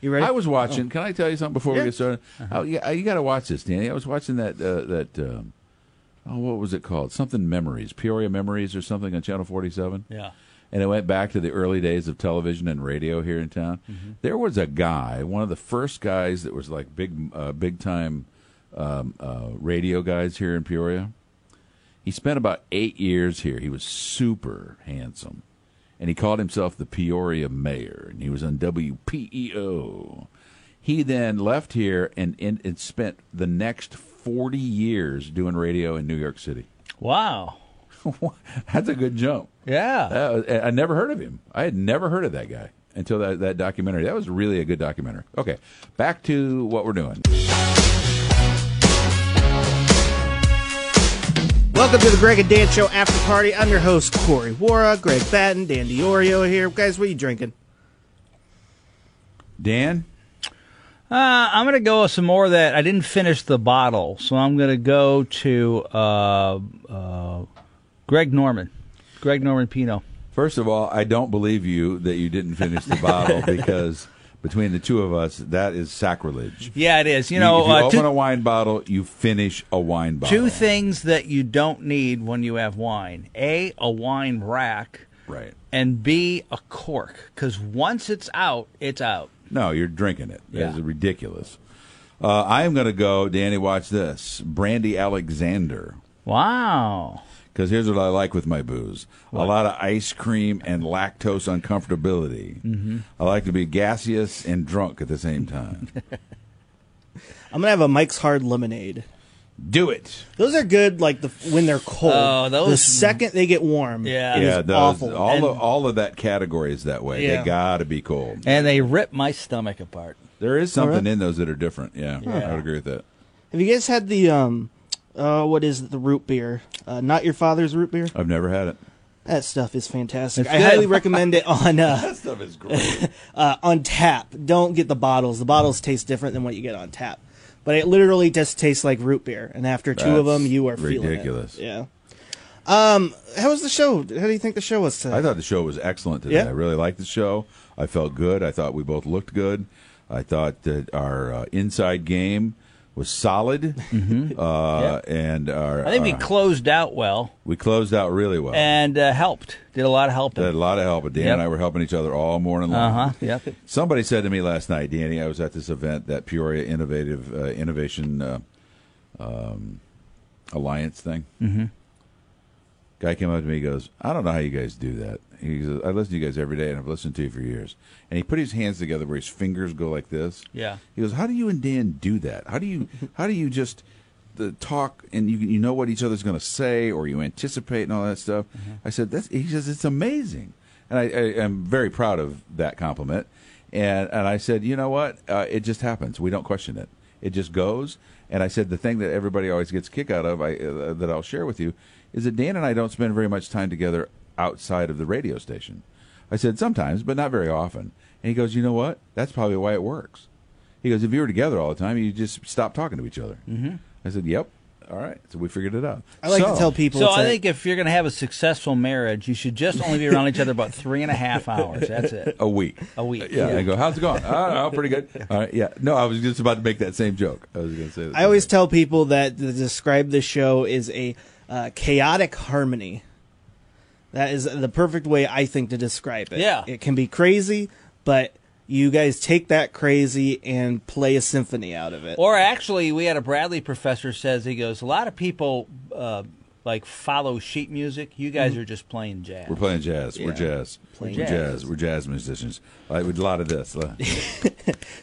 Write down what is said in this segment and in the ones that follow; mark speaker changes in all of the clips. Speaker 1: You ready? Oh. Uh-huh.
Speaker 2: I was
Speaker 3: Oh.
Speaker 2: watching. Can I tell you something before we get started? Oh, yeah, you got to watch this, Danny. I was watching that uh, that um, oh, what was it called? Something Memories, Peoria Memories, or something on Channel Forty Seven.
Speaker 1: Yeah.
Speaker 2: And it went back to the early days of television and radio here in town. There was a guy, one of the first guys that was like big, uh, big time um, uh, radio guys here in Peoria. He spent about eight years here. He was super handsome. And he called himself the Peoria mayor, and he was on WPEO. He then left here and, and, and spent the next 40 years doing radio in New York City.
Speaker 1: Wow.
Speaker 2: That's a good jump.
Speaker 1: Yeah.
Speaker 2: That was- Uh, I I never heard of him. I had never heard of that guy until that, that documentary. That was really a good documentary. Okay, back to what we're doing.
Speaker 1: Welcome to the Greg and Dan Show After Party. I'm your host, Corey Wara, Greg Batten, Dan DiOrio here. Guys, what are you drinking?
Speaker 2: Dan,
Speaker 3: Uh, I'm gonna go with some more of that. I didn't finish the bottle, so I'm gonna go to uh, uh, Greg Norman, Greg Norman Pinot.
Speaker 2: first of all, I don't believe you that you didn't finish the bottle because between the two of us, that is sacrilege.
Speaker 3: Yeah, it is. You know,
Speaker 2: if you
Speaker 3: uh,
Speaker 2: open a
Speaker 3: two,
Speaker 2: wine bottle, you finish a wine bottle.
Speaker 3: two things that you don't need when you have wine: a a wine rack,
Speaker 2: Right.
Speaker 3: and b a cork. Because once it's out, it's out.
Speaker 2: No, you're drinking it. That
Speaker 3: Yeah.
Speaker 2: is ridiculous. Uh, I am going to go, Danny, watch this. Brandy Alexander.
Speaker 3: Wow.
Speaker 2: Because here's what I like with my booze a lot of ice cream and lactose uncomfortability. Mm-hmm. I like to be gaseous and drunk at the same time.
Speaker 1: I'm going to have a Mike's Hard Lemonade.
Speaker 2: Do it.
Speaker 1: Those are good, like the when they're cold.
Speaker 3: Oh, those-
Speaker 1: The second they get warm,
Speaker 3: Yeah.
Speaker 1: it is
Speaker 2: yeah, those,
Speaker 1: awful.
Speaker 2: all
Speaker 1: And-
Speaker 2: of, all of that category is that way.
Speaker 1: Yeah.
Speaker 2: They gotta be cold.
Speaker 3: And they rip my stomach apart.
Speaker 2: There is something
Speaker 1: Alright.
Speaker 2: in those that are different. Yeah, I would agree with that.
Speaker 1: have you guys had the um, uh, what is it, the root beer? Uh, not your father's root beer.
Speaker 2: I've never had it.
Speaker 1: That stuff is fantastic.
Speaker 3: It's
Speaker 1: I
Speaker 3: good.
Speaker 1: highly recommend it on uh,
Speaker 2: That stuff is great.
Speaker 1: uh, on tap. Don't get the bottles. The bottles taste different than what you get on tap. But it literally just tastes like root beer. And after two of
Speaker 2: That's
Speaker 1: them, you are
Speaker 2: ridiculous.
Speaker 1: feeling it. Yeah. Um, how was the show? How do you think the show was
Speaker 2: I
Speaker 1: today?
Speaker 2: thought the show was excellent today.
Speaker 1: Yeah.
Speaker 2: I really liked the show. I felt good. I thought we both looked good. I thought that our uh, inside game was solid, uh, and our
Speaker 3: I think we
Speaker 2: our-
Speaker 3: closed out well
Speaker 2: We closed out really well.
Speaker 3: and uh, helped. Did a lot of helping.
Speaker 2: Had a lot of help. Dan
Speaker 3: Yep.
Speaker 2: and I were helping each other all morning long.
Speaker 3: Uh huh. Yep.
Speaker 2: Somebody said to me last night, Danny, I was at this event, that Peoria Innovative uh, Innovation uh, um, Alliance thing. Mm-hmm. Guy came up to me, he goes, I don't know how you guys do that. He goes, I listen to you guys every day, and I've listened to you for years. And he put his hands together where his fingers go like this.
Speaker 3: Yeah.
Speaker 2: He goes, How do you and Dan do that? How do you how do you just the talk and you you know what each other's going to say or you anticipate and all that stuff? I said, That's he says it's amazing, and I, I am very proud of that compliment. And and I said, you know what? Uh, it just happens. We don't question it. It just goes. And I said the thing that everybody always gets a kick out of, I uh, that I'll share with you, is that Dan and I don't spend very much time together outside of the radio station. I said sometimes, but not very often. And he goes, you know what? That's probably why it works. He goes, if you were together all the time, you just stop talking to each other. Mm-hmm. I said, yep. All right. So we figured it out.
Speaker 1: I like
Speaker 2: So-
Speaker 1: to tell people.
Speaker 3: So
Speaker 1: it's
Speaker 3: I
Speaker 1: like-
Speaker 3: think if you're going to have a successful marriage, you should just only be around each other about three and a half hours. That's it.
Speaker 2: a week. Uh,
Speaker 3: A week.
Speaker 2: Yeah. I go, how's it going? I don't know. Pretty good. All right. Yeah. No, I was just about to make that same joke. I was going to say that.
Speaker 1: I always tell people that to describe the show is a uh, chaotic harmony. That is the perfect way I think to describe it.
Speaker 3: Yeah.
Speaker 1: it can be crazy, but you guys take that crazy and play a symphony out of it.
Speaker 3: Or actually, we had a Bradley professor says he goes. A lot of people uh, like follow sheet music. You guys are just playing jazz.
Speaker 2: We're playing jazz. We're
Speaker 1: Yeah.
Speaker 2: jazz.
Speaker 1: Playing
Speaker 2: We're jazz.
Speaker 3: jazz.
Speaker 2: We're jazz musicians. Like with a lot of this.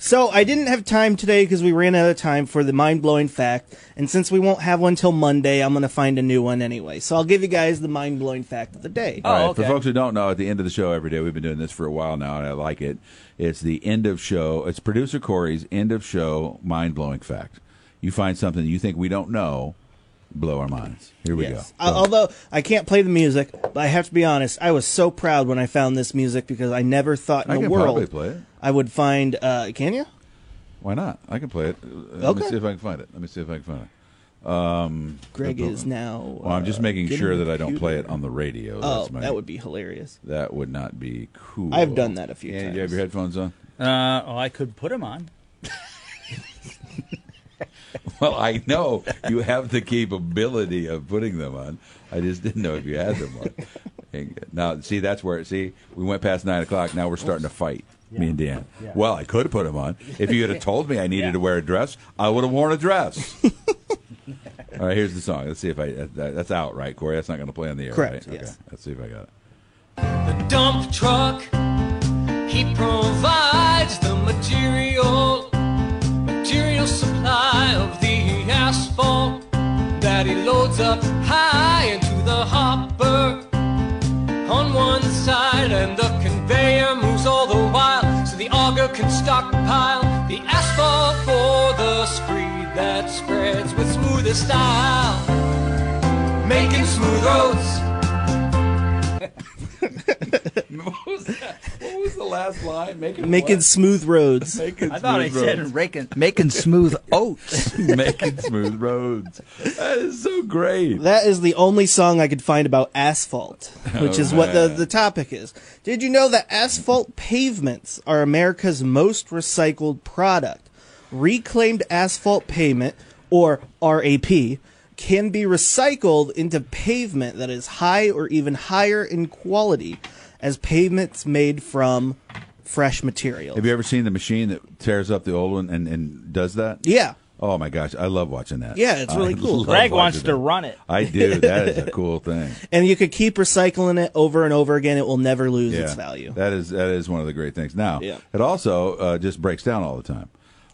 Speaker 1: So I didn't have time today because we ran out of time for the mind blowing fact. And since we won't have one till Monday, I'm going to find a new one anyway. So I'll give you guys the mind blowing fact of the day.
Speaker 3: Oh,
Speaker 2: All right. For
Speaker 3: okay.
Speaker 2: folks who don't know, at the end of the show every day, we've been doing this for a while now, and I like it. It's the end of show. It's producer Corey's end of show mind blowing fact. You find something you think we don't know, blow our minds. Here we
Speaker 1: Yes.
Speaker 2: go.
Speaker 1: Al- although I can't play the music, but I have to be honest, I was so proud when I found this music because I never thought in
Speaker 2: I
Speaker 1: the
Speaker 2: can
Speaker 1: world
Speaker 2: probably play it.
Speaker 1: I would find. Uh, can you?
Speaker 2: Why not? I can play it. Uh, Let me
Speaker 1: Okay.
Speaker 2: see if I can find it. Let me see if I can find it.
Speaker 1: Greg is now.
Speaker 2: Well, I'm just making
Speaker 1: get
Speaker 2: sure
Speaker 1: him a
Speaker 2: that I don't play it on the radio.
Speaker 1: oh,
Speaker 2: That's my,
Speaker 1: that would be hilarious.
Speaker 2: that would not be cool.
Speaker 1: I've done that a few
Speaker 2: Yeah,
Speaker 1: times.
Speaker 2: you have your headphones on.
Speaker 3: Uh, well, I could put them on.
Speaker 2: Well, I know you have the capability of putting them on. I just didn't know if you had them on. And Now, see, that's where, see, we went past 9 o'clock. Now we're starting to fight, me and Dan. Well, I could have put them on. If you had have told me I needed to wear a dress, I would have worn a dress. All right, here's the song. Let's see if I, that, that- that's out, right, Corey? That's not going to play on the air,
Speaker 1: Correct,
Speaker 2: right?
Speaker 1: yes.
Speaker 2: Okay, let's see if I got it.
Speaker 4: The dump truck, he provides the material, material supply of the asphalt that he loads up high into the hopper on one side, and the conveyor moves all the while so the auger can stockpile the asphalt for the screed that spreads with smoothest style, making smooth roads.
Speaker 2: What was that? What was the last line? Making
Speaker 1: Making smooth roads.
Speaker 2: Making
Speaker 3: I thought I
Speaker 2: smooth roads.
Speaker 3: said raking, making smooth oats.
Speaker 2: making smooth roads. That is so great.
Speaker 1: That is the only song I could find about asphalt, which is what the,
Speaker 2: man.
Speaker 1: the topic is. Did you know that asphalt pavements are America's most recycled product? Reclaimed asphalt pavement, or RAP, can be recycled into pavement that is high or even higher in quality as pavements made from fresh material.
Speaker 2: Have you ever seen the machine that tears up the old one and, and does that?
Speaker 1: Yeah.
Speaker 2: Oh my gosh, I love watching that.
Speaker 1: Yeah, it's really
Speaker 2: I
Speaker 1: cool.
Speaker 2: love
Speaker 3: Greg wants
Speaker 2: watching
Speaker 3: to
Speaker 2: that.
Speaker 3: run it.
Speaker 2: I do. That is a cool thing.
Speaker 1: And you could keep recycling it over and over again. It will never lose
Speaker 2: Yeah,
Speaker 1: its value.
Speaker 2: That is that is one of the great things. Now,
Speaker 1: Yeah.
Speaker 2: it also uh, just breaks down all the time.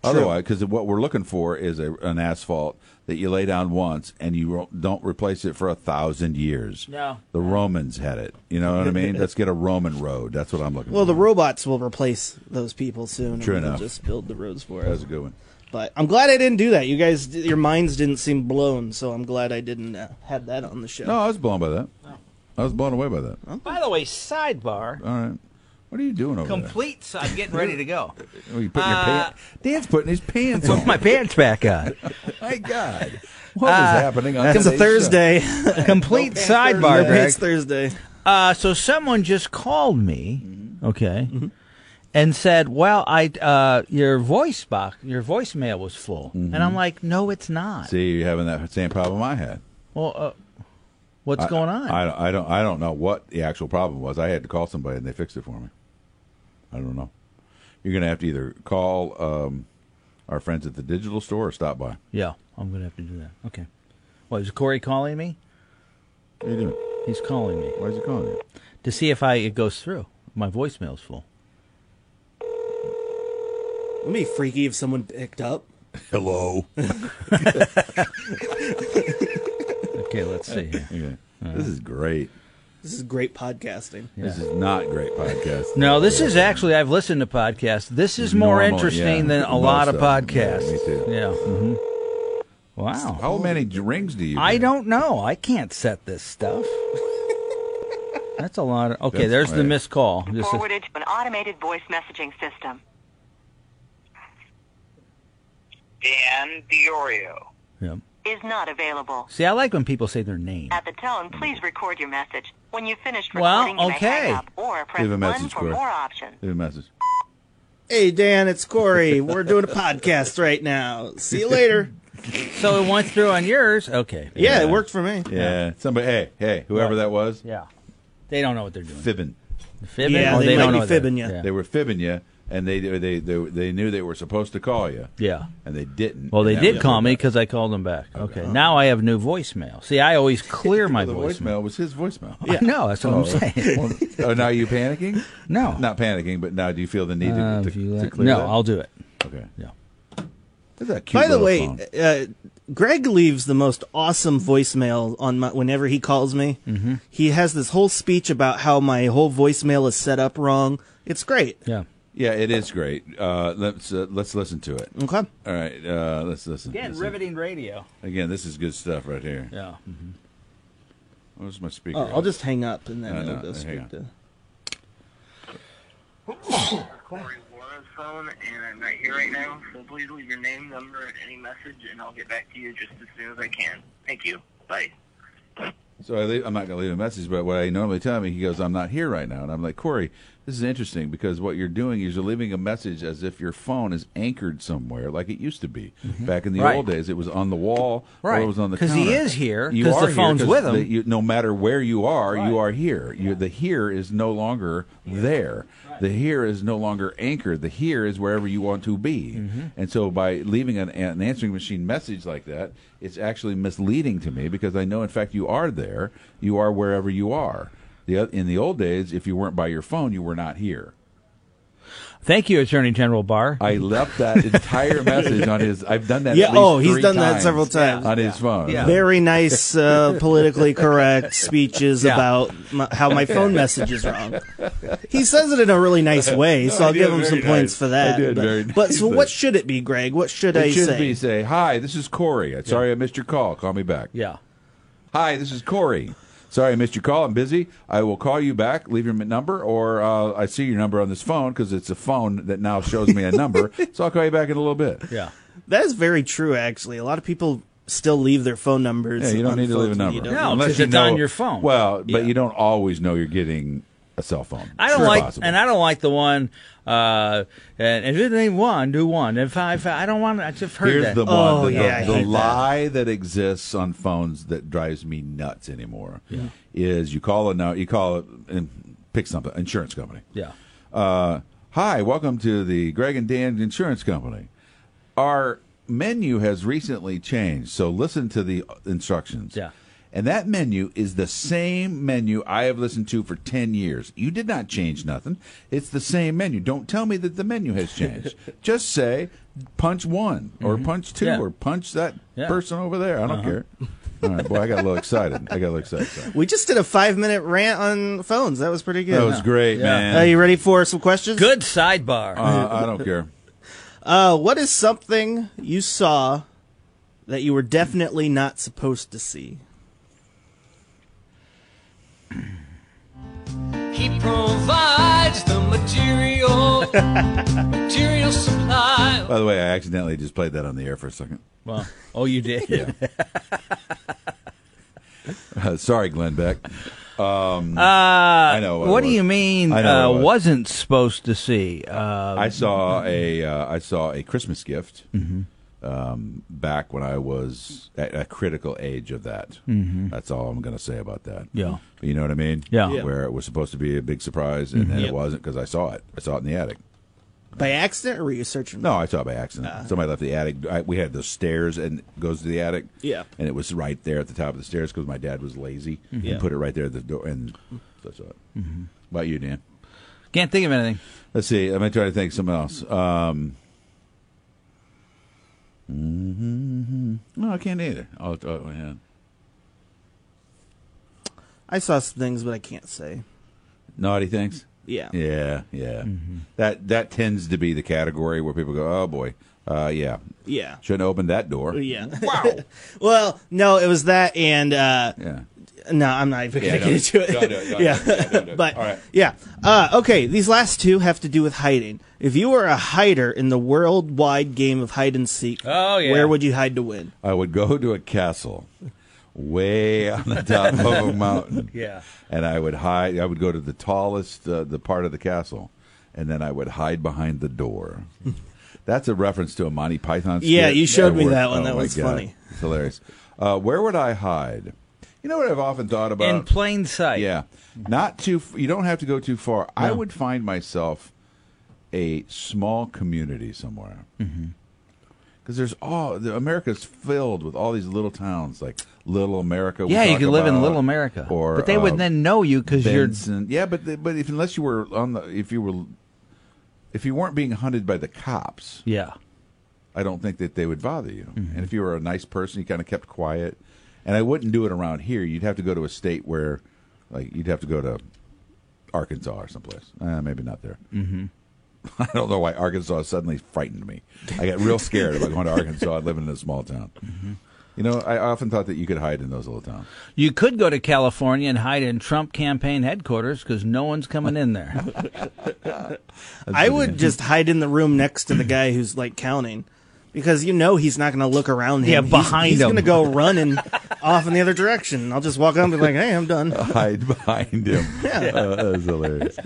Speaker 2: Otherwise, because what we're looking for is a, an asphalt that you lay down once and you ro- don't replace it for a thousand years.
Speaker 3: No.
Speaker 2: the Romans had it. You know what I mean? Let's get a Roman road. That's what I'm looking
Speaker 1: Well,
Speaker 2: for.
Speaker 1: the robots will replace those people soon.
Speaker 2: True
Speaker 1: and they'll
Speaker 2: enough.
Speaker 1: Just build the roads for
Speaker 2: That was
Speaker 1: us.
Speaker 2: a good one.
Speaker 1: But I'm glad I didn't do that. You guys, your minds didn't seem blown, so I'm glad I didn't uh, had that on the show.
Speaker 2: No, I was blown by that. I was blown away by that.
Speaker 1: Oh.
Speaker 3: By the way, sidebar.
Speaker 2: All right. What are you doing over
Speaker 3: Complete. Uh, So I'm getting ready to go.
Speaker 2: there? Oh, you putting your pants? Dan's putting his pants on.
Speaker 3: Put my pants back on.
Speaker 2: My God. What was
Speaker 3: Uh,
Speaker 2: happening on
Speaker 1: it's a
Speaker 2: today's
Speaker 1: Thursday.
Speaker 3: Complete
Speaker 2: No pants
Speaker 3: sidebar,
Speaker 1: Maybe
Speaker 3: Greg.
Speaker 1: it's Thursday.
Speaker 3: Uh, so someone just called me,
Speaker 2: Mm-hmm.
Speaker 3: okay, and said, "Well, I uh, your voice box, your voicemail was full," and I'm like, "No, it's not."
Speaker 2: show? Mm-hmm. See, you're having that same problem I had.
Speaker 3: Well, uh, what's going on?
Speaker 2: I, don't- I don't. I don't know what the actual problem was. I had to call somebody and they fixed it for me. I don't know. You're gonna have to either call um, our friends at the digital store or stop by.
Speaker 3: yeah, I'm gonna have to do that. Okay. Well, is Corey calling me?
Speaker 2: What are you doing?
Speaker 3: He's calling me
Speaker 2: Why is he calling you?
Speaker 3: to see if I it goes through. My voicemail's full.
Speaker 1: It'd be freaky if someone picked up.
Speaker 2: Hello.
Speaker 3: Okay, let's see. here.
Speaker 2: Okay. This is great.
Speaker 1: This is great podcasting.
Speaker 2: This is not great podcast.
Speaker 3: No, this is actually I've listened to podcasts. This is more
Speaker 2: Normal,
Speaker 3: interesting
Speaker 2: yeah.
Speaker 3: than a
Speaker 2: Most
Speaker 3: lot of
Speaker 2: of them.
Speaker 3: podcasts.
Speaker 2: Yeah, me too.
Speaker 3: Yeah. hmm Wow.
Speaker 2: How many rings do you?
Speaker 3: I
Speaker 2: get?
Speaker 3: don't know. I can't set this stuff. That's a lot of. Okay,
Speaker 2: That's
Speaker 3: there's the
Speaker 2: right.
Speaker 3: missed call. This is-
Speaker 5: forwarded to an automated voice messaging system.
Speaker 6: Dan Diorio.
Speaker 3: yeah.
Speaker 5: Is not available.
Speaker 3: See, I like when people say their name.
Speaker 5: At the tone, please record your message. When you've finished
Speaker 3: Well,
Speaker 5: recording, you may
Speaker 3: okay.
Speaker 5: hang up or press
Speaker 2: Leave a
Speaker 5: 1
Speaker 2: message,
Speaker 5: for
Speaker 2: Corey.
Speaker 5: more options.
Speaker 2: Leave a message.
Speaker 1: Hey Dan, it's Corey. We're doing a podcast right now. See you later.
Speaker 3: So it went through on yours. Okay.
Speaker 1: Yeah, it worked for me.
Speaker 2: Yeah. Somebody. Hey, hey, whoever
Speaker 3: What?
Speaker 2: that was,
Speaker 3: Yeah. They don't know what they're doing.
Speaker 2: fibbing.
Speaker 3: Fibbing?
Speaker 1: Yeah,
Speaker 3: Oh,
Speaker 1: they might
Speaker 3: don't know
Speaker 1: be
Speaker 3: what they're-
Speaker 1: fibbing ya.
Speaker 3: Yeah.
Speaker 2: They were fibbing you, and they they they they knew they were supposed to call you,
Speaker 3: yeah.
Speaker 2: and they didn't.
Speaker 3: Well, they
Speaker 2: And that
Speaker 3: did
Speaker 2: was
Speaker 3: call
Speaker 2: the-
Speaker 3: me because I called them back. Okay. Now I have new voicemail. See, I always clear my
Speaker 2: the
Speaker 3: voicemail.
Speaker 2: voicemail was his voicemail.
Speaker 3: Yeah. No, that's what I'm saying.
Speaker 2: Well, oh, now you panicking?
Speaker 3: No.
Speaker 2: Not panicking, but now do you feel the need to,
Speaker 3: Uh,
Speaker 2: to,
Speaker 3: if you
Speaker 2: to
Speaker 3: let-
Speaker 2: clear
Speaker 3: no,
Speaker 2: that?
Speaker 3: I'll do it.
Speaker 2: Okay.
Speaker 3: Yeah.
Speaker 2: That's a cute
Speaker 1: By the
Speaker 2: little
Speaker 1: way,
Speaker 2: phone.
Speaker 1: uh, Greg leaves the most awesome voicemail on my whenever he calls me. Mm-hmm. He has this whole speech about how my whole voicemail is set up wrong. It's great.
Speaker 3: Yeah.
Speaker 2: yeah, it is great. Uh, let's uh, let's listen to it.
Speaker 1: Okay.
Speaker 2: All right, uh, let's listen. Listen.
Speaker 3: radio.
Speaker 2: Again, this is good stuff right here.
Speaker 3: Yeah.
Speaker 2: Where's my speaker?
Speaker 1: Oh, I'll just hang up and then
Speaker 2: No,
Speaker 1: it'll
Speaker 2: no,
Speaker 1: go
Speaker 2: hang
Speaker 1: straight
Speaker 2: on.
Speaker 1: to.
Speaker 6: Corey Laura's phone, and I'm not here right now, so please leave your name, number, and any message, and I'll get back to you just as soon as I can. Thank you. Bye.
Speaker 2: So I leave, I'm not going to leave a message, but what I normally tell him, he goes, "I'm not here right now," and I'm like, "Corey, This is interesting because what you're doing is you're leaving a message as if your phone is anchored somewhere, like it used to be back in the
Speaker 3: Right.
Speaker 2: old days. It was on the wall, or it
Speaker 3: Right.
Speaker 2: was on the
Speaker 3: 'Cause he
Speaker 2: counter.
Speaker 3: is here,
Speaker 2: You
Speaker 3: 'cause
Speaker 2: are
Speaker 3: the phone's
Speaker 2: here, 'cause
Speaker 3: with him.
Speaker 2: the- you- no matter where you are, you
Speaker 3: Right.
Speaker 2: are here. You, the here is no longer there. The here is no longer anchored. The here is wherever you want to be.
Speaker 3: Mm-hmm.
Speaker 2: And so by leaving an, an answering machine message like that, it's actually misleading to me because I know, in fact, you are there. You are wherever you are. The, oth- in the old days, if you weren't by your phone, you were not here.
Speaker 3: Thank you, Attorney General Barr.
Speaker 2: I left that entire message on his. I've done that.
Speaker 1: Yeah,
Speaker 2: at least
Speaker 1: oh, he's
Speaker 2: three
Speaker 1: done that several times.
Speaker 2: on his phone.
Speaker 3: Yeah.
Speaker 1: Very nice, uh, politically correct speeches
Speaker 3: Yeah.
Speaker 1: about my, how my phone message is wrong. He says it in a really nice way, so I'll
Speaker 2: did
Speaker 1: give him
Speaker 2: very
Speaker 1: some
Speaker 2: nice.
Speaker 1: points for that.
Speaker 2: I did
Speaker 1: but,
Speaker 2: very
Speaker 1: but so,
Speaker 2: nicely.
Speaker 1: what should it be, Greg? What should I
Speaker 2: It should
Speaker 1: say?
Speaker 2: be say, "Hi, this is Corey. I'm Sorry I missed your call. Call me back."
Speaker 3: yeah.
Speaker 2: Hi, this is Corey. Sorry I missed your call. I'm busy. I will call you back. Leave your m- number, or uh, I see your number on this phone because it's a phone that now shows me a number. so I'll call you back in a little bit.
Speaker 3: Yeah.
Speaker 1: That is very true, actually. A lot of people still leave their phone numbers.
Speaker 2: Yeah, you
Speaker 1: on
Speaker 2: don't need to leave a
Speaker 1: phones when
Speaker 2: number.
Speaker 1: you don't-
Speaker 3: No, 'cause it's on your phone.
Speaker 2: Well, but
Speaker 3: Yeah.
Speaker 2: you don't always know you're getting a cell phone.
Speaker 3: I don't
Speaker 2: It's
Speaker 3: like,
Speaker 2: possible.
Speaker 3: and I don't like the one. Uh, and and if it ain't one, do one. If I, if I, I don't want. I just heard
Speaker 2: Here's
Speaker 3: that.
Speaker 2: the one,
Speaker 1: Oh,
Speaker 2: the,
Speaker 1: yeah, I
Speaker 2: the, the
Speaker 1: hate that.
Speaker 2: lie that. exists on phones that drives me nuts anymore is you call a no, you call it and pick something insurance company.
Speaker 3: yeah.
Speaker 2: Uh, hi, welcome to the Greg and Dan Insurance Company. Our menu has recently changed, so listen to the instructions.
Speaker 3: Yeah.
Speaker 2: And that menu is the same menu I have listened to for 10 years. You did not change nothing. It's the same menu. Don't tell me that the menu has changed. Just say punch one or punch two
Speaker 3: Mm-hmm. Yeah.
Speaker 2: or punch that
Speaker 3: Yeah. Uh-huh.
Speaker 2: person over there. I don't care. All right, boy, I got a little excited. I got a little excited. Sorry.
Speaker 1: We just did a five minute rant on phones. That was pretty good.
Speaker 2: That was great,
Speaker 3: Yeah.
Speaker 2: man.
Speaker 1: Are you ready for some questions?
Speaker 3: Good sidebar.
Speaker 2: Uh, I don't care.
Speaker 1: Uh, what is something you saw that you were definitely not supposed to see?
Speaker 4: He provides the material, material supply.
Speaker 2: By the way, I accidentally just played that on the air for a second.
Speaker 3: well, oh, you did. Yeah.
Speaker 2: Uh, sorry, Glenn Beck. Um,
Speaker 3: I
Speaker 2: know what
Speaker 3: Uh, What,
Speaker 2: it
Speaker 3: do
Speaker 2: was.
Speaker 3: you mean?
Speaker 2: I
Speaker 3: uh,
Speaker 2: know what it was.
Speaker 3: wasn't supposed to see. Uh,
Speaker 2: I saw a uh, I saw a Christmas gift
Speaker 3: Mm-hmm.
Speaker 2: um, back when I was at a critical age of that. That's all I'm going to say about that.
Speaker 3: Mm-hmm. Yeah.
Speaker 2: you know what I mean.
Speaker 3: Yeah. Mm-hmm. Yeah.
Speaker 2: where it was supposed to be a big surprise and then
Speaker 1: Yep.
Speaker 2: it wasn't because I saw it. I saw it in the attic.
Speaker 1: By accident, or were you searching?
Speaker 2: No, I saw it by accident. Somebody left the attic. I, we had those stairs and it goes to the attic.
Speaker 1: Yeah. Mm-hmm.
Speaker 2: and it was right there at the top of the stairs because my dad was lazy
Speaker 1: Yeah. Mm-hmm.
Speaker 2: and put it right there at the door. And so I saw it. About you, Dan.
Speaker 3: can't think of anything.
Speaker 2: Let's see. I'm gonna try to think of something else. Um, mm-hmm. no, I can't either. I'll, oh, yeah.
Speaker 1: I saw some things, but I can't say.
Speaker 2: Naughty things.
Speaker 1: Yeah. Mm-hmm.
Speaker 2: Yeah, yeah. That that tends to be the category where people go, "Oh boy, uh, yeah,
Speaker 1: Yeah.
Speaker 2: shouldn't have opened that door."
Speaker 1: Yeah. Wow. well, no, it was that, and uh,
Speaker 2: Yeah.
Speaker 1: no, I'm not even
Speaker 2: Yeah,
Speaker 1: gonna get
Speaker 2: no,
Speaker 1: into it.
Speaker 2: don't do it, don't
Speaker 1: yeah.
Speaker 2: do it, don't do it.
Speaker 1: but
Speaker 2: All right.
Speaker 1: yeah. Uh, okay, these last two have to do with hiding. If you were a hider in the worldwide game of hide and seek,
Speaker 3: Oh, yeah.
Speaker 1: where would you hide to win?
Speaker 2: I would go to a castle way on the top of a mountain.
Speaker 3: Yeah.
Speaker 2: And I would hide. I would go to the tallest, uh, the part of the castle, and then I would hide behind the door. That's a reference to a Monty Python. Skit
Speaker 1: Yeah, you showed me
Speaker 2: worked-
Speaker 1: that one.
Speaker 2: oh
Speaker 1: That
Speaker 2: my
Speaker 1: was
Speaker 2: God.
Speaker 1: funny.
Speaker 2: It's hilarious. Uh, where would I hide? You know what I've often thought about.
Speaker 3: In plain sight.
Speaker 2: Yeah, not too. f- You don't have to go too far. I would find myself a small community somewhere because
Speaker 3: Mm-hmm.
Speaker 2: there's all the America's filled with all these little towns like Little America. we
Speaker 3: Yeah, you
Speaker 2: talk
Speaker 3: could live in
Speaker 2: about,
Speaker 3: Little America,
Speaker 2: or
Speaker 3: but they would
Speaker 2: uh,
Speaker 3: then know you because you're.
Speaker 2: Benson. Yeah, but the- but if unless you were on the if you were if you weren't being hunted by the cops,
Speaker 3: Yeah.
Speaker 2: I don't think that they would bother you. And if you were a nice person, you kind of kept quiet. And I wouldn't do it around here. You'd have to go to a state where, like, you'd have to go to Arkansas or someplace. Uh, maybe not there. Mm-hmm. I don't know why Arkansas suddenly frightened me. I got real scared about going to Arkansas and living in a small town. You know, I often thought that you could hide in those little towns.
Speaker 3: You could go to California and hide in Trump campaign headquarters because no one's coming in there.
Speaker 1: I would just hide in the room next to the guy who's like counting. because you know he's not going to look around him.
Speaker 3: Yeah,
Speaker 1: He's-
Speaker 3: behind
Speaker 1: he's,
Speaker 3: him.
Speaker 1: going to go running off in the other direction. I'll just walk up and be like, "Hey, I'm done."
Speaker 2: hide behind him. yeah. uh, that was hilarious.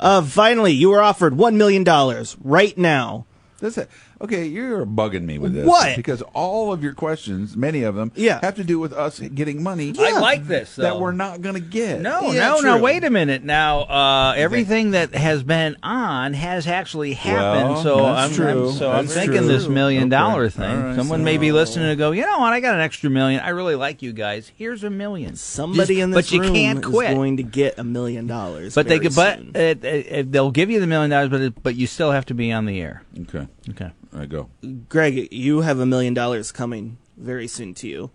Speaker 1: Uh, finally, you were offered one million dollars right now.
Speaker 2: That's it. Okay, you're bugging me with this.
Speaker 1: What?
Speaker 2: Because all of your questions, many of them,
Speaker 1: Yeah.
Speaker 2: have to do with us getting money
Speaker 3: I like this. Though.
Speaker 2: that we're not going to get.
Speaker 3: No,
Speaker 1: Yeah,
Speaker 3: no, no.
Speaker 1: true.
Speaker 3: Wait a minute. Now, uh, everything that has been on has actually happened.
Speaker 2: Well,
Speaker 3: so
Speaker 2: that's
Speaker 3: I'm, I'm-
Speaker 2: true.
Speaker 3: so I'm
Speaker 2: That's
Speaker 3: thinking
Speaker 2: true.
Speaker 3: this million
Speaker 2: Okay.
Speaker 3: dollar
Speaker 2: All
Speaker 3: thing.
Speaker 2: right,
Speaker 3: Someone may be listening and go, you know what? I got an extra million. I really like you guys. Here's a million.
Speaker 1: Somebody
Speaker 3: Just-
Speaker 1: in this
Speaker 3: but you
Speaker 1: room
Speaker 3: can't quit.
Speaker 1: is going to get a million dollars.
Speaker 3: but they
Speaker 1: very
Speaker 3: could, but
Speaker 1: soon.
Speaker 3: it, it, it, they'll give you the million dollars, but it, but you still have to be on the air.
Speaker 2: Okay,
Speaker 3: Okay.
Speaker 2: I go.
Speaker 1: Greg, you have a million dollars coming very soon to you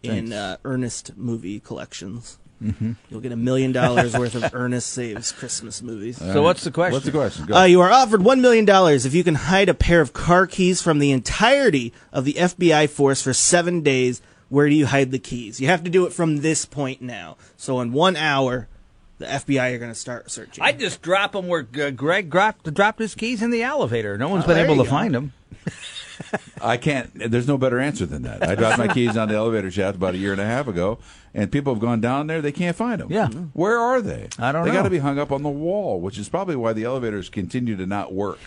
Speaker 1: in
Speaker 2: Thanks.
Speaker 1: uh, earnest movie collections. You'll get a million dollars worth of Ernest Saves Christmas movies.
Speaker 3: So what's the question?
Speaker 2: What's the question? Go.
Speaker 1: Uh, you are offered $1 million if you can hide a pair of car keys from the entirety of the FBI force for seven days. Where do you hide the keys? You have to do it from this point now. So, in one hour, the FBI are going to start searching.
Speaker 3: I just drop them where uh, Greg dropped, dropped his keys in the elevator. No one's
Speaker 1: Oh,
Speaker 3: been
Speaker 1: there
Speaker 3: able
Speaker 1: you
Speaker 3: to
Speaker 1: go.
Speaker 3: find them.
Speaker 2: I can't. There's no better answer than that. I dropped my keys on the elevator shaft about a year and a half ago, and people have gone down there. They can't find them.
Speaker 3: Yeah.
Speaker 2: Where are they?
Speaker 3: I don't
Speaker 2: They
Speaker 3: know.
Speaker 2: got to be hung up on the wall, which is probably why the elevators continue to not work.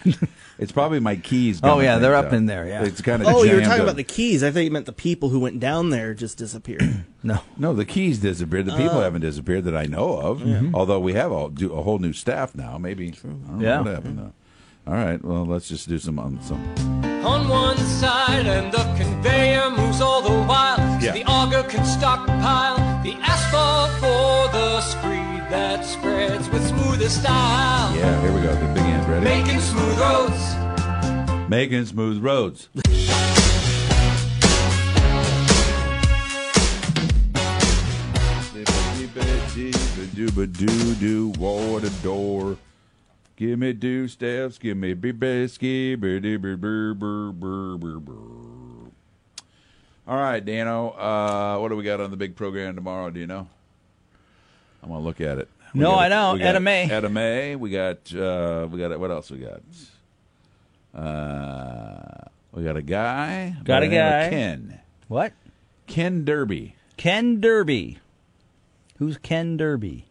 Speaker 2: it's probably my keys.
Speaker 3: Oh, yeah,
Speaker 2: gumming
Speaker 3: they're
Speaker 2: things
Speaker 3: up
Speaker 2: up
Speaker 3: in there, yeah.
Speaker 2: It's kind of.
Speaker 1: oh, you were talking about the keys. I thought you meant the people who went down there just disappeared.
Speaker 3: No.
Speaker 2: No, the keys disappeared. The people haven't disappeared that I know of. Mm-hmm. Although we have all, do, a whole new staff now. Maybe. I don't
Speaker 3: Yeah.
Speaker 2: Know what happened? though. All right. Well, let's just do some um, some.
Speaker 4: on one side and the conveyor moves all the while so
Speaker 2: Yeah.
Speaker 4: the auger can stockpile the asphalt for the screed that spreads with smoothest style
Speaker 2: Yeah. Here we go. The big end. Ready?
Speaker 4: making smooth roads
Speaker 2: Making smooth roads. Doo what a door. Give me two steps, give me be bisky, All right, Dano. Uh, what do we got on the big program tomorrow? Do you know? I'm gonna look at it. We
Speaker 3: No,
Speaker 2: got-
Speaker 3: I don't.
Speaker 2: we got
Speaker 3: Etta May.
Speaker 2: Etta May. We got. Uh, we got. What else we got? Uh, we got a guy.
Speaker 3: Got
Speaker 2: by
Speaker 3: a
Speaker 2: the name of
Speaker 3: guy.
Speaker 2: Ken.
Speaker 3: What?
Speaker 2: Ken Derby.
Speaker 3: Ken Derby. Who's Ken Derby?